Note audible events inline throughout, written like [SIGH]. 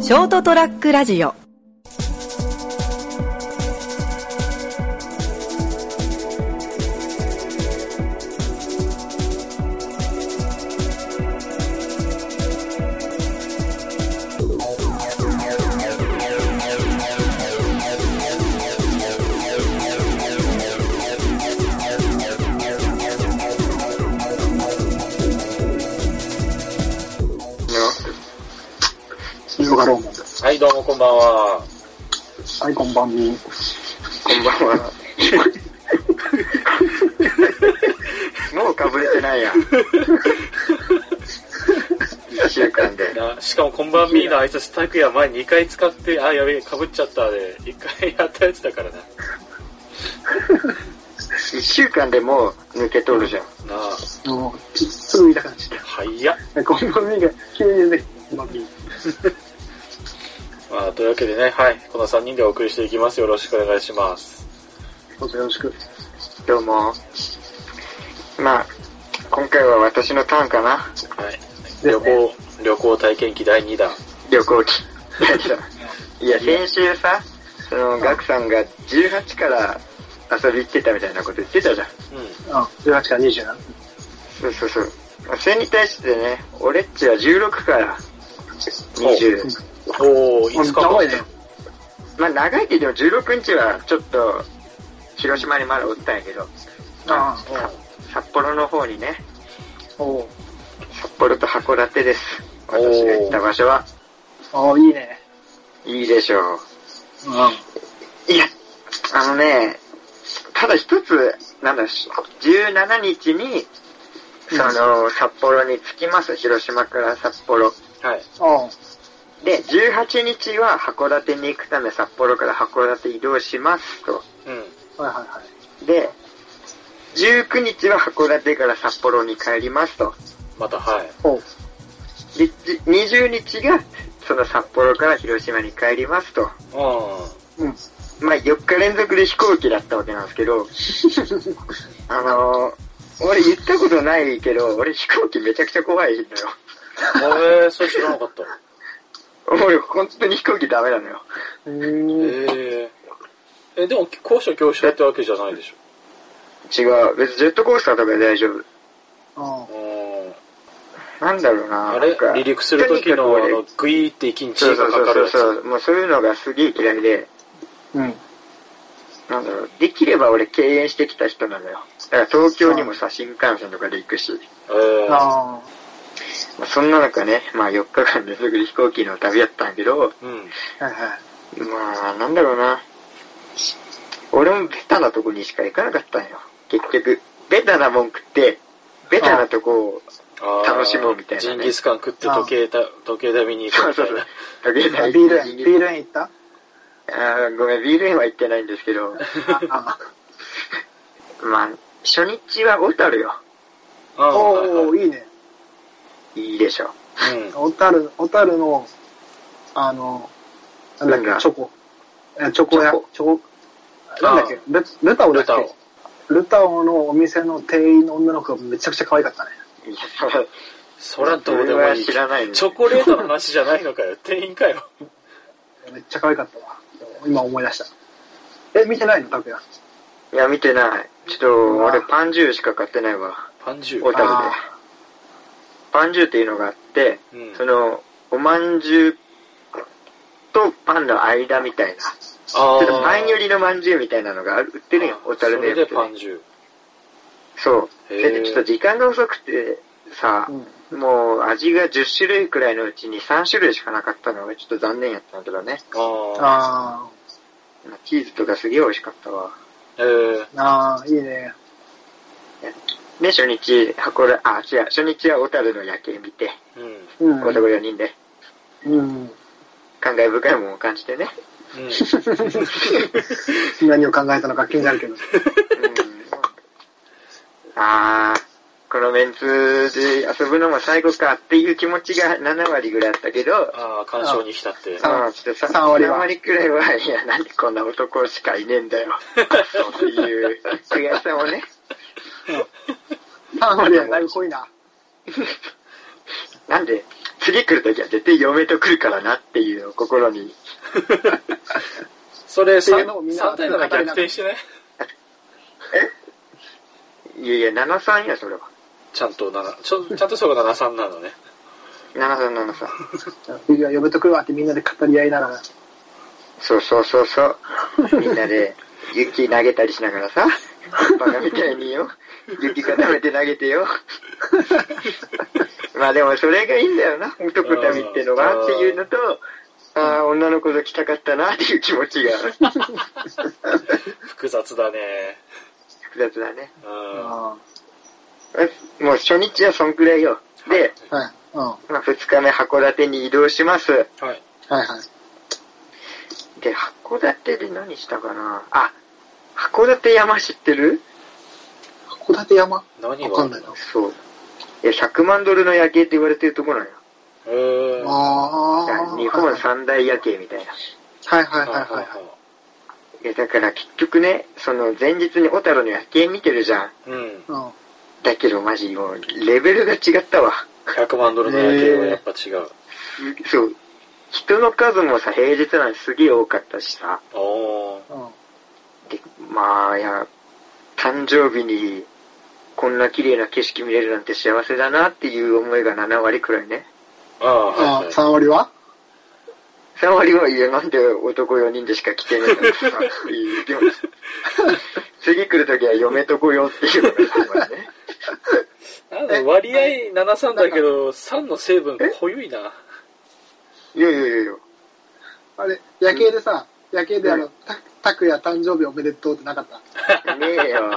ショートトラックラジオ水曜がローマンです。はい、どうもこんばんは。はい、こんばんみ。こんばんは。もうかぶれてないやん。一週間で。なしかもこんばんみーの挨拶拓也前2回使って、あ、やべえ、かぶっちゃったで、1回やったやつだからな。な一週間でもう抜けとるじゃん。あ、もう、すぐ言いたくなっちゃっ早っ。た。こんばんみが急に出てきて、こんばんみ。まあ、というわけでね、はい、この3人でお送りしていきます。よろしくお願いします。どうぞよろしく。どうも。まあ、今回は私のターンかな。はい。旅行、旅行体験記第2弾。旅行機。 [LAUGHS] いや、先週さ、その、ガクさんが18から遊び行ってたみたいなこと言ってたじゃん。ううん、18から27。そうそうそう。それに対してね、俺っちは16から20。ん。おー、いつか長いね。まあ長いけど16日はちょっと広島にまだおったんやけどあ札幌の方にねあ、おう札幌と函館ですおー私が行った場所はああ、いいね。いいでしょうん。ういやあのねただ一つなんだし17日にその札幌に着きます広島から札幌はい。あで18日は函館に行くため札幌から函館移動しますとうん。あ、はいはいはい。で19日は函館から札幌に帰りますとまた、はい。おうで、じ20日が、その札幌から広島に帰りますと。ううん。まあ、4日連続で飛行機だったわけなんですけ [LAUGHS] ど、あのー、俺言ったことないけど、俺飛行機めちゃくちゃ怖いのよ。ん。あれ、それ知らなかった。俺本当に飛行機ダメなのよ。うえーん。ー。え、でも、高所恐怖症ってわけじゃないでしょ。違う。別にジェットコースターとかで大丈夫。あうん。なんだろうなあれなんか離陸する時の、とあにかく俺の、グイーって息に血そうそがうかかるそうやつ。そう。もうそういうのがすげえ嫌いで、あ、うん。なんだろう。できれば俺敬遠してきた人なのよ。だから東京にもさ、新幹線とかで行くし。えー。あまあ、そんな中ね、まあ4日間ですぐ飛行機の旅やったんやけど、うん。あ、はいはい。まあなんだろうな。俺もベタなとこにしか行かなかったんよ。結局、ベタなもん食って、ベタなとこを、あー楽しもうみたいなねジンギスカン食って時計た、時計台見に行くそうみそたういな。そう。ビあビール園、ビール園行ったあーごめん、ビール園は行ってないんですけど、あまあ、初日は小樽よ。ああ、あはいはいおういいね。いいでしょ。うん。小樽、小樽の、あの、なんだっなんけ、だチョコ。えチョコ屋、チチョョコ、なんだっけあ、ルルタオだルっけタオ。ルタオのお店の店員の女の子がめちゃくちゃ可愛かったね。いや、そらどうでもいい。それは知らないねチョコレートの話じゃないのかよ。店員かよ。めっちゃ可愛かったわ。今思い出した。え、見てないの拓也。いや見てない。ちょっと、俺パンジューしか買ってないわ。パンジュ小ー。樽であ。パンジューっていうのがあって、うんその、おまんじゅうとパンの間みたいな、ちあょっとパン寄りりのまんじゅうみたいなのがある売ってるよ、小樽それ名で物パで。ンジュー。そう。そへーれでちょっと時間が遅くてさ、もう味が10種類くらいのうちに3種類しかなかったのがちょっと残念やったんだけどね。ああ。あチーズとかすげえ美味しかったわ。えー。ー、あー、いいね。で、初日、箱根、あ、違う、初日は小樽の夜景見て、うん。うん。男4人で、うん。 [LAUGHS] 感慨深いもんを感じてね。うん。何を考えたのか気になるけど。うんああ、このメンツで遊ぶのも最後かっていう気持ちが7割ぐらいあったけど、ああ、干渉に浸って。あまあちょっとさ3割は3割くらいは、いや、なんでこんな男しかいねえんだよ。そういう悔しさもね、 3割はだいぶ濃いな。なんで、次来るときは絶対嫁と来るからなっていうお心に。それっていう 3, のをみんな3対7逆転してね。いやいや、73や、それは。ちゃんと7、ちょちゃんとそれが73なのね。 73、73。冬は呼ぶとくわってみんなで語り合いながら、そうそうそうそう。みんなで、雪投げたりしながらさ、バカみたいによ。雪固めて投げてよ。まあでもそれがいいんだよな、男旅ってのあーはっていうのと、ああ、女の子と来たかったなっていう気持ちが複雑だね。複雑だね。うん。あもう初日はそんくらいよ。で、あはい、うん、はまあ、2日目函館に移動します。はい。いはい。で、函館で何したかなあ、函館山知ってる函館山何わかがんないな。そう。え、100万ドルの夜景って言われてるところなんよ。えー。はああ。日本三大夜景みたいな。はいはいいはいはい。いや、だから結局ね、その前日に小樽の夜景見てるじゃん。い。うん。うん。だけどマジもう、レベルが違ったわ。 100万ドルの夜景はやっぱ違う。すそう。人の数もさ、平日なんてすげえ多かったしさ。おー。うん。で、まあ、いや、誕生日に、こんな綺麗な景色見れるなんて幸せだなっていう思いが7割くらいね。ああ、はい、あはあ、い。 3割は3割はいや、なんで男4人でしか来てないのかさ、いうでも、次来るときは嫁とこよっていうのが、ね、なんだ割合73だけど、3の成分が濃ゆいな。いやいやいやいや。あれ、夜景でさ、夜景であの、た拓也誕生日おめでとうってなかったねえよ。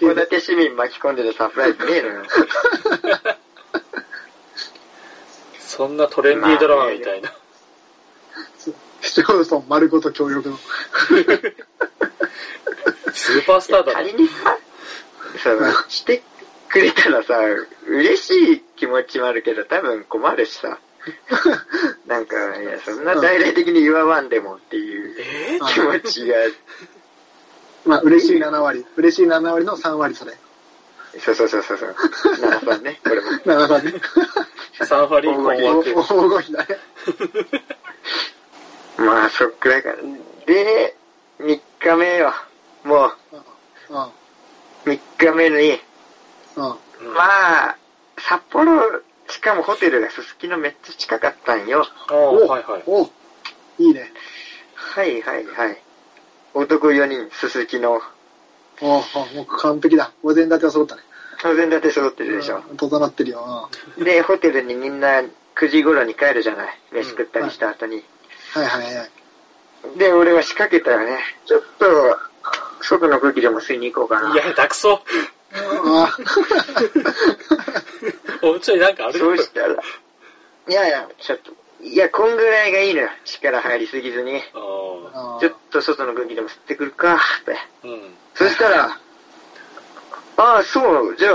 函館市民巻き込んでるサプライズねえのよ。そんなトレンディードラマみたいな。市町村丸ごと協力の。スーパースターだ仮ね。にさ、そう、してくれたらさ、嬉しい気持ちもあるけど、多分困るしさ。 [LAUGHS] なんか、いや、そんな大々的に祝わんでもっていうえ気持ちが、まあ、嬉しい7割。嬉しい7割の3割それ。そうそうそうそうそう。7番ね、これも。 7割。ー、3割困 [LAUGHS] 大惑。ごひだね。まあ、そっくらいかな。で、3日目よ。もうう、3日目に、ん。うん。うんまあ、札幌、しかもホテルがすすきのめっちゃ近かったんよ。ああ、はいはい。おいいね。はいはいはい。男4人、すすきの。おおもう完璧だ。お膳立ては揃ったね。当然だって揃ってるでしょ。うん整ってるよ。で、ホテルにみんな9時頃に帰るじゃない。飯食ったりした後に。うんはいはいはい。で、俺は仕掛けたよね。ちょっと、外の空気でも吸いに行こうかいな。や、だくそ。あおうちょいなんかあるそうしたら、いやいや、ちょっと、いや、こんぐらいがいいのよ。力入りすぎずに。ああ、あちょっと外の空気でも吸ってくるか、って。うん。そしたら、ああ、そう、じゃあ、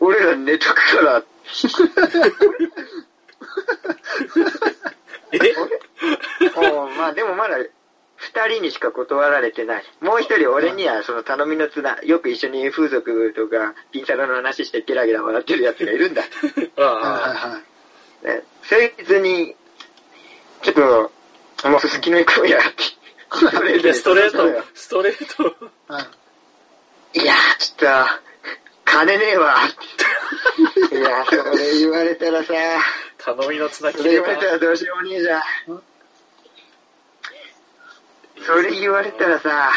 俺ら寝とくから。え [LAUGHS] おうまあでもまだ、二人にしか断られてない。もう一人俺にはその頼みの綱、よく一緒に風俗とか、ピンサロの話してゲラゲラ笑ってるやつがいるんだ。はい [LAUGHS] あはいはい。ね、そいつに、ちょっと、もうすすきの行こうやって。そあ。れ [LAUGHS] いでや、ストレート、ストレート。はいいやー、ちょっと、金ねえ [LAUGHS] わ。いやー、それ言われたらさ、頼みの綱切それれ言たわれたらどうしようもねえじゃん。それ言われたらさ、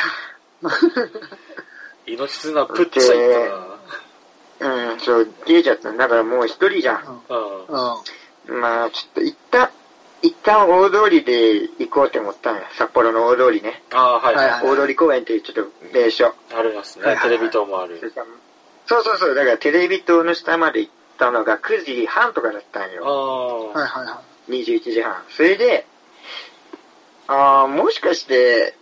命綱プッチャいったな。うん、そう、消えちゃったんだからもう一人じゃん。あうん。まあ、ちょっと一旦、一旦大通りで行こうって思ったのよ。札幌の大通りね。あ、ああはい、は。はいい大通り公園っていうちょっと名所。ありますはねい。はテいレビ塔もある。そうそうそう、だからテレビ塔の下まで行ったのが9時半とかだったんあよ。あ、はいはいは21時半。それで、ああ、もしかして、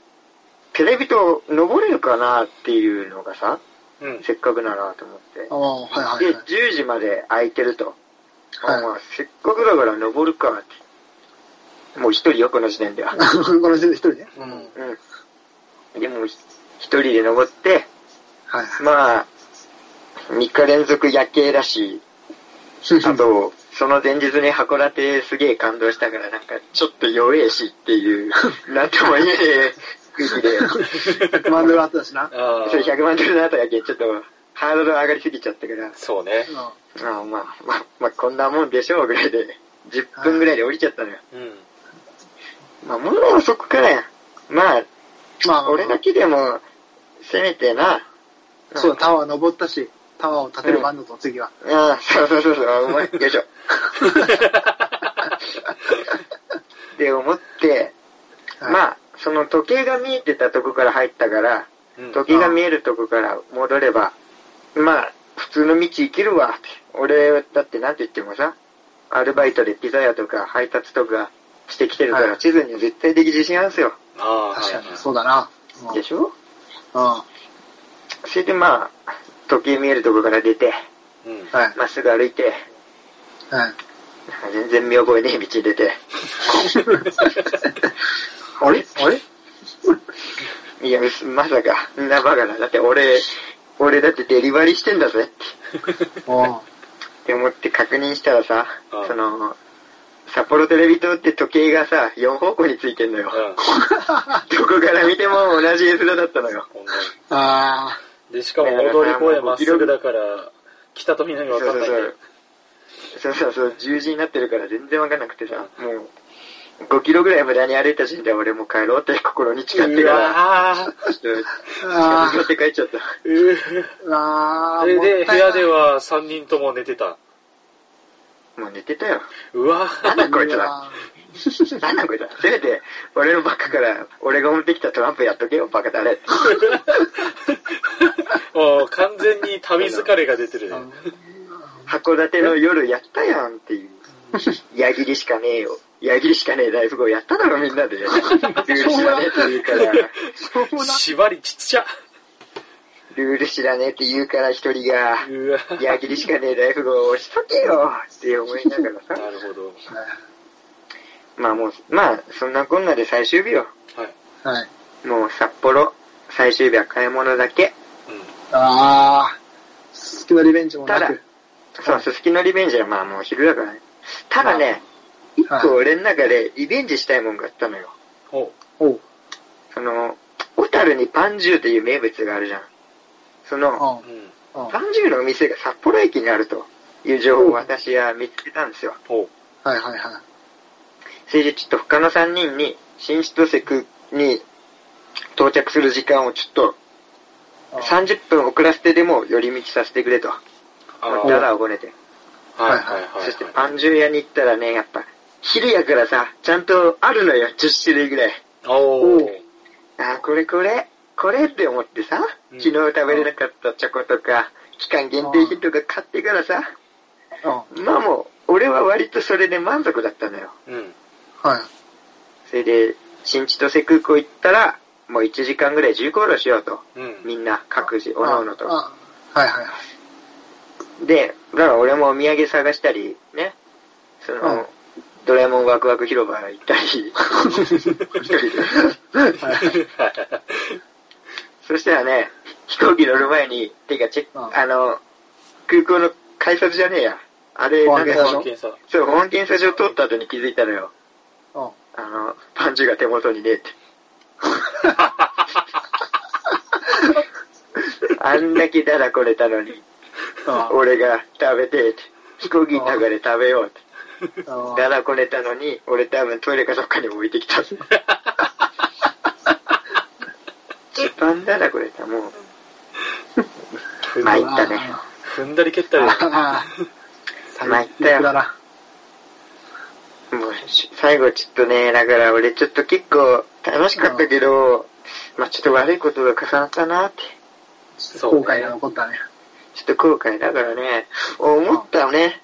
テレビ塔登れるかなっていうのがさ、うん。せっかくならと思って。い。おおはいはいで、はい。 10時まで空いてると。はいあまあ、せっかくだから登るかって。もう一人よ、この時点では。この人で一人ね。うん。うん。でも、ひ一人で登って、はいはい。まあ、3日連続夜景だし、あと、その前日に函館すげえ感動したから、なんか、ちょっと弱えしって [LAUGHS] いう、なんとも言えねえ空気で、 100万ドルあったしな。ああそれ100万ドルの後だけちょっと、ハードル上がりすぎちゃったから、そうねうんああまあ、まあ、まあ、こんなもんでしょうぐらいで、10分ぐらいで降りちゃったのよ。うんまあ、もうそこからや。まあ、まあ、俺だけでも、せめてな。そう、タワー登ったし、タワーを建てる番だと、次は。ああ、そうそうそうそう、あうまい。よいしょ。で、思って、あ、まあ、その時計が見えてたとこから入ったから、うん時計が見えるとこから戻れば、まあ、普通の道行けるわって。俺、だってなんて言ってもさ、アルバイトでピザ屋とか配達とかしてきてるかはら、地図に絶対的自信あるんすよ。ああ確かに、そそうだな。うんでしょうん。はそれでまあ、時計見えるとこから出て、ううんい。はい。まっすぐ歩いて、全然見覚えねえ道出て。あれあれいや、うすまさか、んなバカな。だって俺、俺だってデリバリーしてんだぜってうん。って思って確認したらさうん、その、札幌テレビ塔って時計がさ、4方向についてんのよ。うんどこから見ても同じ絵面だったのよ。こんなあでしかも大通公園まっすぐだから北と南そわうかんそなういんそだう。そうそうそう、十字になってるから全然わかんなくてさ、もう、5キロぐらい無駄に歩いた時点で俺もう帰ろうって心に誓ってうから、わーちょっと、ーあ近づって帰っちゃった。うー。あーー。でもでった部いない屋では3人とも寝てたもう寝てたよ。うわなんだこいつら。あなんだこいつら。せめて、俺のバッグから、俺が持ってきたトランプやっとけよ、バカ [LAUGHS] だれ。もう完全に旅疲れが出てるねー函館の夜やったやん [LAUGHS] っていう。矢切しかねえよ。矢切しかねえ大富豪やっただろ、みんなで。ルール知らねえって言うから、しょうもな。縛りちっちゃルール知らねえって言うから一人が、うわ矢切しかねえ大富豪押しとけよって思いながらさ。なるほどまあもう、まあ、そんなこんなで最終日よ。はいはい。もう札幌、最終日は買い物だけ。あー。すすきのリベンジもなただく。そう、すすきのリベンジはまあもう昼だからね。ただね、一個俺の中でリベンジしたいもんがあったのよ。ほおう。その、小樽にパンジューという名物があるじゃん。そうの、ん。うううんん。はパンジューのお店が札幌駅にあるという情報を私は見つけたんですよ。ほいはいはい。それでちょっと他の3人に、新千歳区に到着する時間をちょっとあー30分遅らせてでも寄り道させてくれと。あもうーダダをこねて。はいはいはいそしてパンジュー屋に行ったらね、やっぱ、昼やからさ、ちゃんとあるのよ、10種類ぐらい。おーあー、これこれ、これって思ってさ、うん昨日食べれなかったチョコとか、期間限定品とか買ってからさ、うん。まあもう、俺は割とそれで満足だったのよ。うんはい。それで、新千歳空港行ったら、もう1時間ぐらい重航路しようと。うん [LAUGHS] みんな、各自、おのおのと。ああはいはいはい。で、だから俺もお土産探したり、ね、その、うんドラえもんワクワク広場行 [LAUGHS] ったり、 [LAUGHS] 一人でそしたらね、飛行機乗る前に、てかチェック、うんあの、空港の改札じゃねえや。あれ、保な安んか検査そ場う、検査そう、保安検査場通った後に気づいたのよ。うん。あの、パンチが手元にね [LAUGHS] えって。あんだけだらこれたのに、あ俺が食べてえって。飛行機の中で食べようって。あだらこねたのに、俺多分トイレかどっかに置いてき [LAUGHS] た。一番だらこれた、もう。参ったね。踏んだり蹴ったりだねああ参ったよ。だな。もうし最後ちょっとね、だから俺ちょっと結構楽しかったけど、まあちょっと悪いことが重なったなって。そ後うね悔が残ったね。ちょっと後悔だからね、思ったね。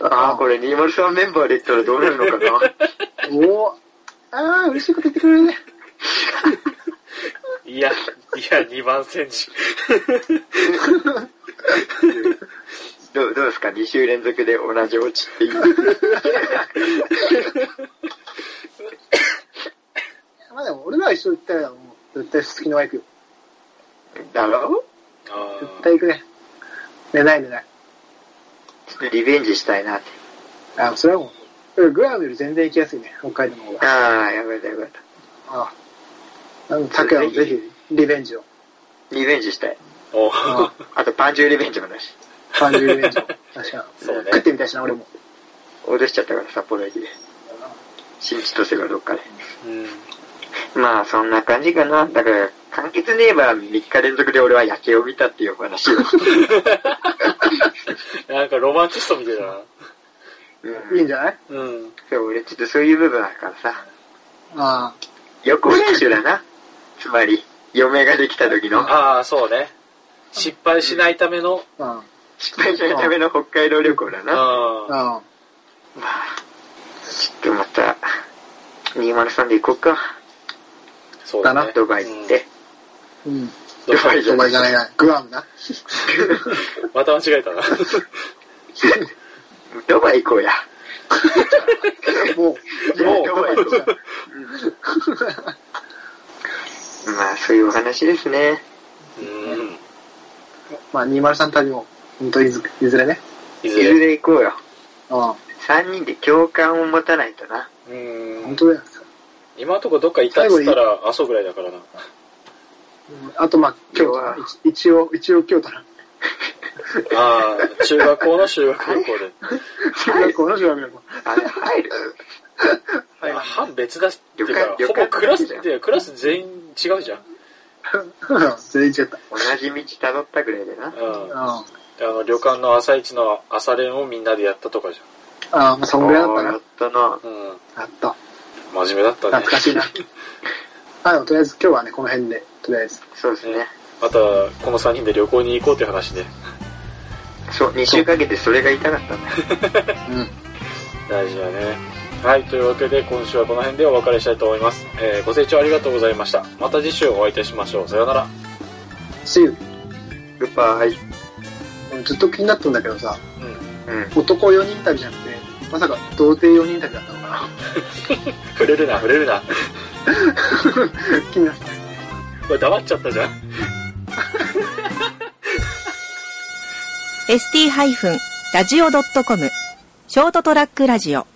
ああ、これ203メンバーで言ったらどうなるのかな。 [LAUGHS] おお。ああ、嬉しいこと言ってくれるね。いや、いや、2番戦時。どうどうですか ?2 週連続で同じオチっていう。まあでも、俺らは一緒に行ったら、もう、絶対すすきの輪行くよ。だろあ絶対行くね。寝ない寝ない。ちょっとリベンジしたいなって。あ、それはもう、グアムより全然行きやすいね、北海道の方が。ああ、やばいやばい。ああ。あの、拓也もぜひ、リベンジを。リベンジしたい。おあああと、パンジューリベンジもだし。パンジュリベンジを。確かに。そうね食ってみたいしな、俺も。脅しちゃったから、札幌駅で。新千歳がどっかで。うん。 [LAUGHS] まあ、そんな感じかな。だから、簡潔に言えば、3日連続で俺は夜景を見たっていうお話 [LAUGHS] を。なんかロマンチストみたいだな。うんいいんじゃないうん。そう、俺ちょっとそういう部分あるからさ。あ予行練習だな。つまり、嫁ができた時の、ああ、そうね。失敗しないための、あ。うん。失敗しないための北海道旅行だな。まあうん。あ、ちょっとまた、203で行こうか。そうだだなね。ドバイ行って。うん。うん。ドバイドバイじゃないな。グアムな。また間違えたな。 [LAUGHS] ドバイ行こうや。ももうドバイ行こう。まあ、そういうお話ですね。うん。う、まあ、203旅も、本当いずいずれね。いいずずれ。れ行こうよ。うん。 3人で共感を持たないとな。う本ん。当だよ。今のとこどっかいたっつったら、阿蘇ぐらいだからな。うんあと、まあ、京都な。一一応、一応京都な。ああ、中学校の修学旅行で。中学校の修学旅行。あれ、入るあ班別だし、っていう旅館か、ほぼクラス旅館で、クラス全員違うじゃん。うん全然違った。同じ道辿ったぐらいでな。うん。あうん。の、旅館の朝一の朝練をみんなでやったとかじああ、まあ、そんぐらいだったおーやなっ。たな。ゃん。うん。あった。真面目だったね。懐かしいな。あ、でもとりあえず今日はね、この辺で、とりあえず。そうですね。また、この3人で旅行に行こうって話で。そう、2週かけてそれが痛かったんだ。うん。大事だね。はい、というわけで今週はこの辺でお別れしたいと思います。えーご清聴ありがとうございました。また次週お会いいたしましょう。さようなら。 See you グッバイ。ずっと気になったんだけどさ、うん。うん。男4人旅じゃなくて、まさか童貞4人旅だったのかな。触れるな、触れるな。 [LAUGHS] 気になった。これ黙っちゃったじゃん。 ST-radio.com ショートトラックラジオ